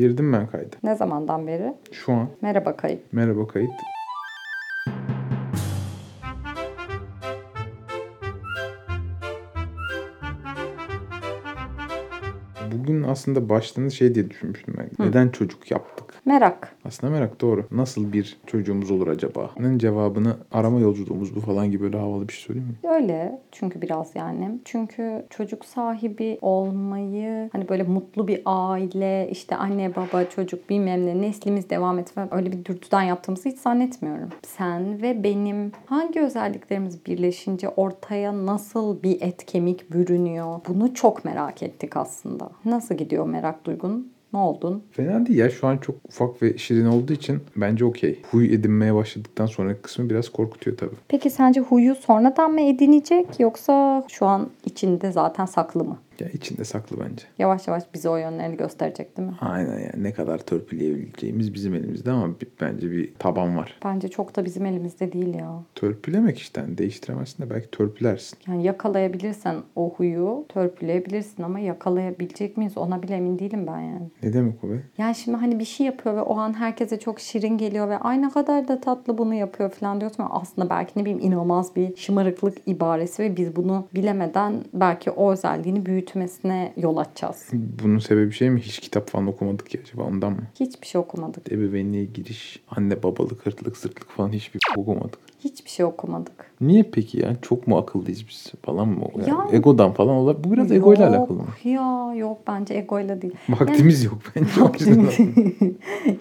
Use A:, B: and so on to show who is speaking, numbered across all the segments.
A: Girdim ben kayda.
B: Ne zamandan beri?
A: Şu an.
B: Merhaba kayıt.
A: Merhaba kayıt. Bugün aslında başlığını şey diye düşünmüştüm ben. Neden çocuk yaptık?
B: Merak.
A: Aslında merak doğru. Nasıl bir çocuğumuz olur acaba? Bunun cevabını arama yolculuğumuz bu falan gibi böyle havalı bir şey söyleyeyim mi?
B: Öyle çünkü biraz yani. Çünkü çocuk sahibi olmayı hani böyle mutlu bir aile işte anne baba çocuk bilmem ne neslimiz devam et falan öyle bir dürtüden yaptığımızı hiç zannetmiyorum. Sen ve benim hangi özelliklerimiz birleşince ortaya nasıl bir et kemik bürünüyor? Bunu çok merak ettik aslında. Nasıl gidiyor merak duygun? Ne oldun?
A: Fena değil ya. Şu an çok ufak ve şirin olduğu için bence okey. Huy edinmeye başladıktan sonraki kısmı biraz korkutuyor tabii.
B: Peki sence huyu sonradan mı edinecek yoksa şu an içinde zaten saklı mı?
A: Ya içinde saklı bence.
B: Yavaş yavaş bize o yönlerini gösterecek değil mi?
A: Aynen yani ne kadar törpüleyebileceğimiz bizim elimizde ama bi- bence bir taban var.
B: Bence çok da bizim elimizde değil ya.
A: Törpülemek işte hani değiştiremezsin de belki törpülersin.
B: Yani yakalayabilirsen o huyu törpüleyebilirsin ama yakalayabilecek miyiz ona bile emin değilim ben yani.
A: Ne demek o be?
B: Yani şimdi hani bir şey yapıyor ve o an herkese çok şirin geliyor ve ay ne kadar da tatlı bunu yapıyor falan diyorsun. ama Aslında belki ne bileyim inanılmaz bir şımarıklık ibaresi ve biz bunu bilemeden belki o özelliğini büyütmesine yol açacağız.
A: Bunun sebebi şey mi? Hiç kitap falan okumadık ya acaba ondan mı?
B: Hiçbir şey okumadık.
A: Ebeveynliğe giriş, anne babalık, hırtlık, sırtlık falan hiçbir okumadık.
B: Hiçbir şey okumadık.
A: Niye peki ya? Çok mu akıllıyız biz falan mı? Yani
B: Ya-
A: Egodan falan olabilir. Bu biraz egoyla
B: Yok,
A: alakalı mı?
B: Ya yok bence egoyla değil.
A: Vaktimiz yok bence. o yüzden.
B: Vaktimiz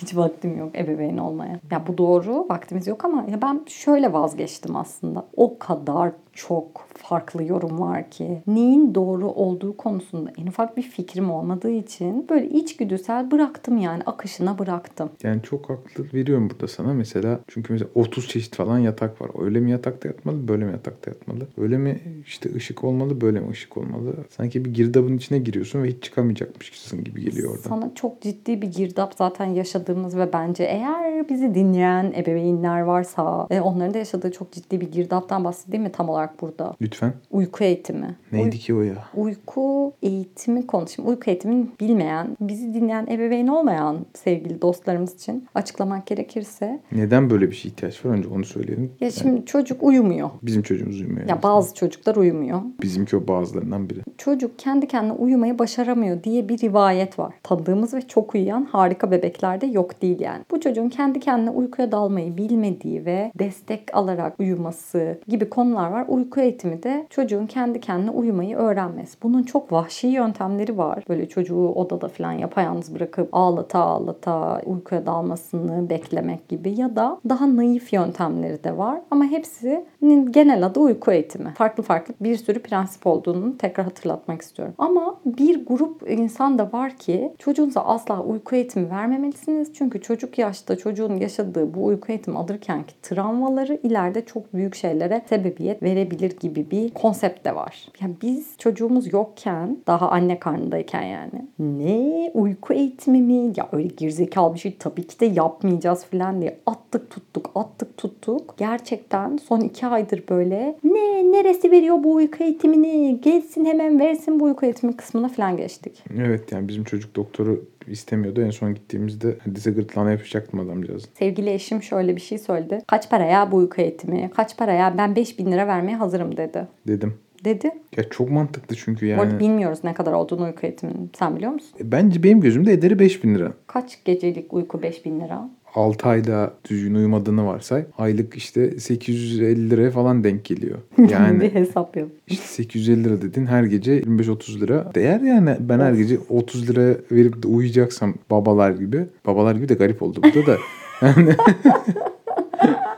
B: hiç vaktim yok ebeveyn olmaya. Ya bu doğru vaktimiz yok ama ya ben şöyle vazgeçtim aslında. O kadar çok farklı yorum var ki neyin doğru olduğu konusunda en ufak bir fikrim olmadığı için böyle içgüdüsel bıraktım yani akışına bıraktım.
A: Yani çok haklı veriyorum burada sana mesela. Çünkü mesela 30 çeşit falan yatak var. Öyle mi yatakta yatmalı, böyle mi yatakta yatmalı? Öyle mi işte ışık olmalı, böyle mi ışık olmalı? Sanki bir girdabın içine giriyorsun ve hiç çıkamayacakmışsın gibi geliyor oradan.
B: Sana çok ciddi bir girdap zaten yaşadığımız ve bence eğer bizi dinleyen ebeveynler varsa e, onların da yaşadığı çok ciddi bir girdaptan bahsedeyim mi tam olarak burada?
A: Lütfen.
B: Uyku eğitimi.
A: Neydi ki o ya?
B: Uyku eğitimi konuşayım. Uyku eğitimini bilmeyen, bizi dinleyen ebeveyn olmayan sevgili dostlarımız için açıklamak gerekirse.
A: Neden böyle bir şey ihtiyaç var? Önce onu söyleyelim.
B: Ya şimdi çocuk uyumuyor.
A: Bizim çocuğumuz uyumuyor.
B: Ya bazı çocuklar uyumuyor.
A: Bizimki o bazılarından biri.
B: Çocuk kendi kendine uyumayı başaramıyor diye bir rivayet var. Tanıdığımız ve çok uyuyan harika bebeklerde yok değil yani. Bu çocuğun kendi kendine uykuya dalmayı bilmediği ve destek alarak uyuması gibi konular var. Uyku eğitimi de çocuğun kendi kendine uyumayı öğrenmesi. Bunun çok vahşi yöntemleri var. Böyle çocuğu odada falan yapayalnız bırakıp ağlata ağlata uykuya dalmasını beklemek gibi ya da daha naif yöntemleri de var. Ama hepsinin genel adı uyku eğitimi. Farklı farklı bir sürü prensip olduğunu tekrar hatırlatmak istiyorum. Ama bir grup insan da var ki çocuğunuza asla uyku eğitimi vermemelisiniz. Çünkü çocuk yaşta çocuğun yaşadığı bu uyku eğitimi alırkenki travmaları ileride çok büyük şeylere sebebiyet verebilir gibi bir konsept de var. Yani biz çocuğumuz yokken daha anne karnındayken yani ne uyku eğitimi mi ya öyle gerizekalı bir şey tabii ki de yapmayacağız falan diye attık tuttuk attık tuttuk. Gerçekten son iki aydır böyle ne neresi veriyor bu uyku eğitimini gelsin hemen versin bu uyku eğitimi kısmına falan geçtik.
A: Evet yani bizim çocuk doktoru istemiyordu. En son gittiğimizde dize gırtlağına yapışacaktım adamcağız.
B: Sevgili eşim şöyle bir şey söyledi. Kaç paraya bu uyku eğitimi? Kaç paraya? Ben 5000 lira vermeye hazırım dedi.
A: Dedim.
B: Dedi.
A: Ya çok mantıklı çünkü
B: Bu arada
A: yani.
B: bilmiyoruz ne kadar olduğunu uyku eğitiminin. Sen biliyor musun?
A: Bence benim gözümde ederi 5000 lira.
B: Kaç gecelik uyku 5000 lira?
A: 6 ayda düzgün uyumadığını varsay aylık işte 850 liraya falan denk geliyor.
B: bir
A: Yani
B: hesap yap.
A: işte 850 lira dedin her gece 25-30 lira değer yani ben her gece 30 lira verip de uyuyacaksam babalar gibi babalar gibi de garip oldu bu da da yani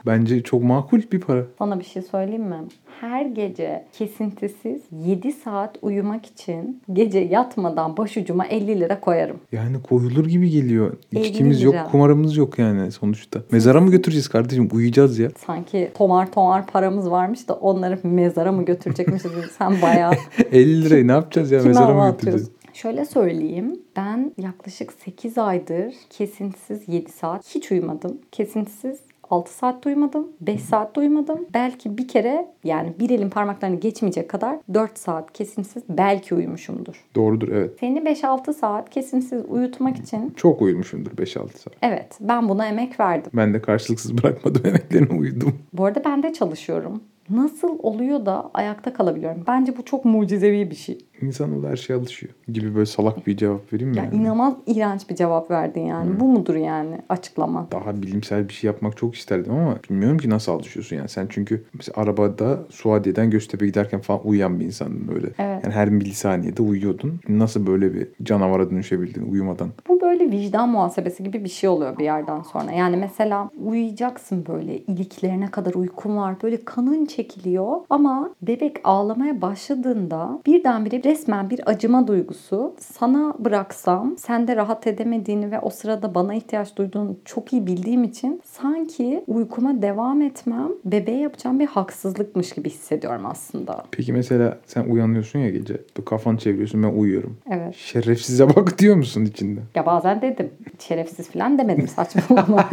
A: bence çok makul bir para.
B: Sana bir şey söyleyeyim mi? Her gece kesintisiz 7 saat uyumak için gece yatmadan başucuma 50 lira koyarım.
A: Yani koyulur gibi geliyor.
B: 50
A: İçkimiz yok,
B: lira.
A: kumarımız yok yani sonuçta. Mezara mı götüreceğiz kardeşim? Uyuyacağız ya.
B: Sanki tomar tomar paramız varmış da onları mezara mı götürecekmişiz? Sen bayağı
A: 50 lirayı ne yapacağız ya?
B: Kime
A: Mezara
B: hava
A: mı
B: atıyorsun?
A: götüreceğiz?
B: Şöyle söyleyeyim. Ben yaklaşık 8 aydır kesintisiz 7 saat hiç uyumadım. Kesintisiz 6 saat uyumadım, 5 saat uyumadım. Belki bir kere yani bir elin parmaklarını geçmeyecek kadar 4 saat kesinsiz belki uyumuşumdur.
A: Doğrudur evet.
B: Seni 5-6 saat kesinsiz uyutmak için
A: Çok uyumuşumdur 5-6 saat.
B: evet ben buna emek verdim.
A: Ben de karşılıksız bırakmadım emeklerine uyudum.
B: Bu arada ben de çalışıyorum. Nasıl oluyor da ayakta kalabiliyorum? Bence bu çok mucizevi bir şey.
A: İnsanoğlu her şeye alışıyor gibi böyle salak bir cevap vereyim mi?
B: Ya
A: yani?
B: inanılmaz iğrenç bir cevap verdin yani. Bu mudur yani açıklaman?
A: daha bilimsel bir şey yapmak çok isterdim ama bilmiyorum ki nasıl alışıyorsun yani. Sen çünkü mesela arabada Suadiye'den Göztepe giderken falan uyuyan bir insandın böyle.
B: Evet.
A: Yani her milisaniyede uyuyordun. Nasıl böyle bir canavara dönüşebildin uyumadan?
B: Bu böyle vicdan muhasebesi gibi bir şey oluyor bir yerden sonra. Yani mesela uyuyacaksın böyle iliklerine kadar uykun var. Böyle kanın çekiliyor ama bebek ağlamaya başladığında birdenbire resmen bir acıma duygusu. Sana bıraksam sen de rahat edemediğini ve o sırada bana ihtiyaç duyduğunu çok iyi bildiğim için sanki uykuma devam etmem bebeğe yapacağım bir haksızlıkmış gibi hissediyorum aslında.
A: Peki mesela sen uyanıyorsun ya gece. Bu kafanı çeviriyorsun ben uyuyorum.
B: Evet.
A: Şerefsize bak diyor musun içinde?
B: Ya bazen dedim. Şerefsiz falan demedim saçmalama.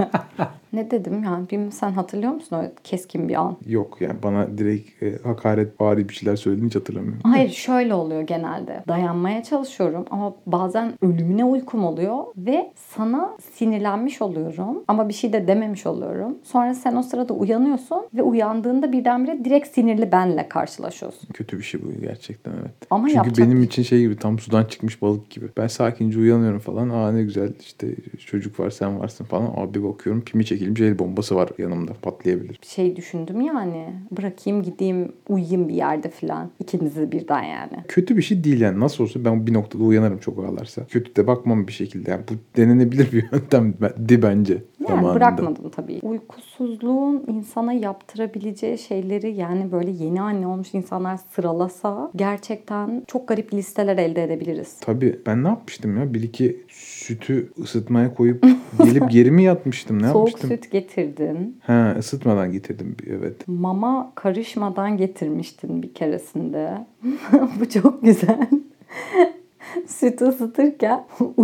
B: ne dedim yani bilmiyorum sen hatırlıyor musun öyle keskin bir an?
A: Yok yani bana direkt e, hakaret bari bir şeyler söylediğini hiç hatırlamıyorum.
B: Hayır şöyle oluyor genelde. Dayanmaya çalışıyorum ama bazen ölümüne uykum oluyor ve sana sinirlenmiş oluyorum ama bir şey de dememiş oluyorum. Sonra sen o sırada uyanıyorsun ve uyandığında birdenbire direkt sinirli benle karşılaşıyorsun.
A: Kötü bir şey bu gerçekten evet.
B: Ama
A: Çünkü
B: yapacak
A: benim için şey gibi tam sudan çıkmış balık gibi. Ben sakince uyanıyorum falan. Aa ne güzel işte çocuk var sen varsın falan. Abi bakıyorum pimi çekilmiş el bombası var yanımda patlayabilir.
B: bir şey düşündüm yani. Bırakayım gideyim uyuyayım bir yerde falan. İkimizi birden yani.
A: Kötü bir şey değil yani nasıl olsa ben bir noktada uyanırım çok ağlarsa. Kötü de bakmam bir şekilde. Yani bu denenebilir bir yöntemdi bence.
B: Yani
A: zamanında.
B: bırakmadım tabii. Uykusuzluğun insana yaptırabileceği şeyleri yani böyle yeni anne olmuş insanlar sıralasa gerçekten çok garip listeler elde edebiliriz.
A: Tabii ben ne yapmıştım ya? Bir iki sütü ısıtmaya koyup gelip geri mi yatmıştım? Ne
B: Soğuk
A: yapmıştım?
B: süt getirdin.
A: Ha ısıtmadan getirdim evet.
B: Mama karışmadan getirmiştin bir keresinde. Bu çok güzel. Süt ısıtırken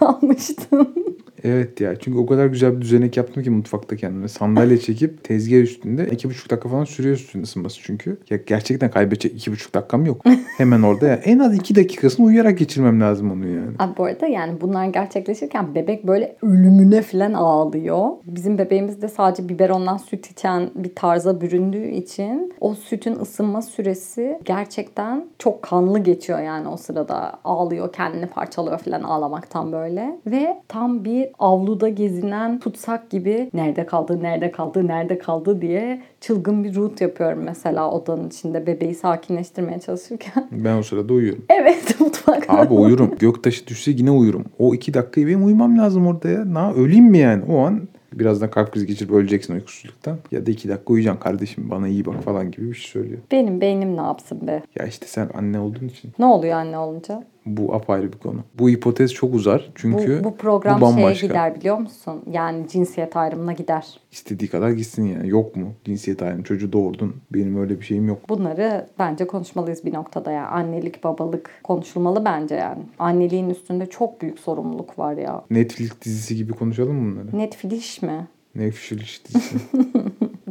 B: uyuyakalmıştın.
A: Evet ya çünkü o kadar güzel bir düzenek yaptım ki mutfakta kendime. Sandalye çekip tezgah üstünde iki buçuk dakika falan sürüyor sütün ısınması çünkü. Ya gerçekten kaybedecek iki buçuk dakikam yok. Hemen orada ya en az iki dakikasını uyuyarak geçirmem lazım onu yani.
B: Abi bu arada yani bunlar gerçekleşirken bebek böyle ölümüne falan ağlıyor. Bizim bebeğimiz de sadece biberondan süt içen bir tarza büründüğü için o sütün ısınma süresi gerçekten çok kanlı geçiyor yani o sırada. Ağlıyor, kendini parçalıyor falan ağlamaktan böyle. Ve tam bir avluda gezinen tutsak gibi nerede kaldı, nerede kaldı, nerede kaldı diye çılgın bir root yapıyorum mesela odanın içinde bebeği sakinleştirmeye çalışırken.
A: Ben o sırada uyuyorum.
B: evet mutfakta.
A: Abi uyurum. Göktaşı düşse yine uyurum. O iki dakikayı benim uyumam lazım orada ya. Na, öleyim mi yani? O an birazdan kalp krizi geçirip öleceksin uykusuzluktan. Ya da iki dakika uyuyacaksın kardeşim bana iyi bak falan gibi bir şey söylüyor.
B: Benim beynim ne yapsın be?
A: Ya işte sen anne olduğun için
B: Ne oluyor anne olunca?
A: bu apayrı bir konu. Bu hipotez çok uzar
B: Bu,
A: çünkü
B: bu program
A: bu
B: şeye
A: bambaşka.
B: gider biliyor musun? Yani cinsiyet ayrımına gider.
A: İstediği kadar gitsin yani. Yok mu? Cinsiyet ayrımı. Çocuğu doğurdun. Benim öyle bir şeyim yok.
B: Bunları bence konuşmalıyız bir noktada ya. Annelik, babalık konuşulmalı bence yani. Anneliğin üstünde çok büyük sorumluluk var ya.
A: Netflix dizisi gibi konuşalım mı bunları?
B: Netflix mi?
A: Netflix dizisi.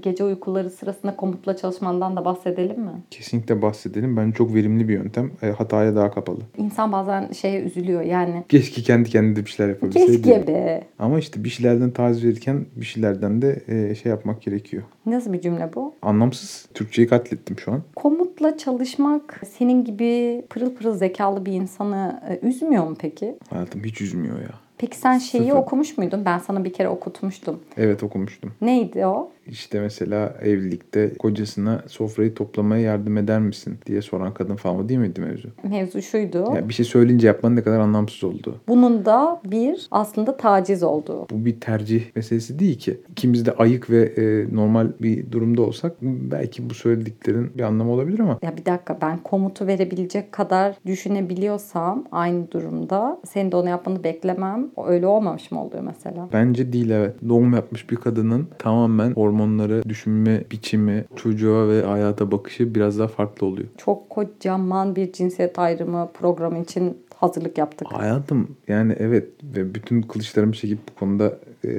B: Gece uykuları sırasında komutla çalışmandan da bahsedelim mi?
A: Kesinlikle bahsedelim. Bence çok verimli bir yöntem. E, hataya daha kapalı.
B: İnsan bazen şeye üzülüyor yani.
A: Keşke kendi kendine bir şey şeyler yapabilseydi.
B: Keşke be.
A: Ama işte bir şeylerden taviz verirken bir şeylerden de e, şey yapmak gerekiyor.
B: Nasıl bir cümle bu?
A: Anlamsız. Türkçeyi katlettim şu an.
B: Komutla çalışmak senin gibi pırıl pırıl zekalı bir insanı e, üzmüyor mu peki?
A: Hayatım hiç üzmüyor ya.
B: Peki sen şeyi
A: Sıfır.
B: okumuş muydun? Ben sana bir kere okutmuştum.
A: Evet okumuştum.
B: Neydi o?
A: İşte mesela evlilikte kocasına sofrayı toplamaya yardım eder misin diye soran kadın falan değil miydi mevzu?
B: Mevzu şuydu.
A: Ya bir şey söyleyince yapman ne kadar anlamsız oldu.
B: Bunun da bir aslında taciz olduğu.
A: Bu bir tercih meselesi değil ki. İkimiz de ayık ve e, normal bir durumda olsak belki bu söylediklerin bir anlamı olabilir ama
B: Ya bir dakika ben komutu verebilecek kadar düşünebiliyorsam aynı durumda senin de onu yapmanı beklemem. Öyle olmamış mı oluyor mesela?
A: bence değil evet. Doğum yapmış bir kadının tamamen hormonları, düşünme biçimi, çocuğa ve hayata bakışı biraz daha farklı oluyor.
B: Çok kocaman bir cinsiyet ayrımı programı için hazırlık yaptık.
A: Hayatım yani evet ve bütün kılıçlarımı çekip bu konuda e,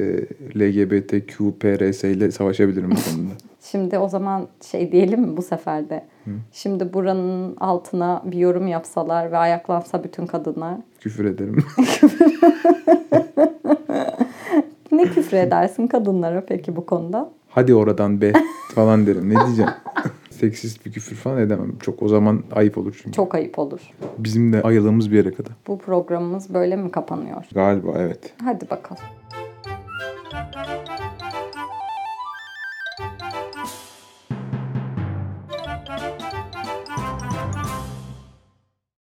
A: LGBTQPRS ile savaşabilirim bu konuda.
B: Şimdi o zaman şey diyelim mi bu sefer de? Şimdi buranın altına bir yorum yapsalar ve ayaklansa bütün kadınlar.
A: Küfür ederim.
B: Ne küfür edersin kadınlara peki bu konuda?
A: Hadi oradan be falan derim. Ne diyeceğim? Seksist bir küfür falan edemem. Çok o zaman ayıp olur çünkü.
B: Çok ayıp olur.
A: Bizim de ayılığımız bir yere kadar.
B: Bu programımız böyle mi kapanıyor?
A: Galiba evet.
B: Hadi bakalım.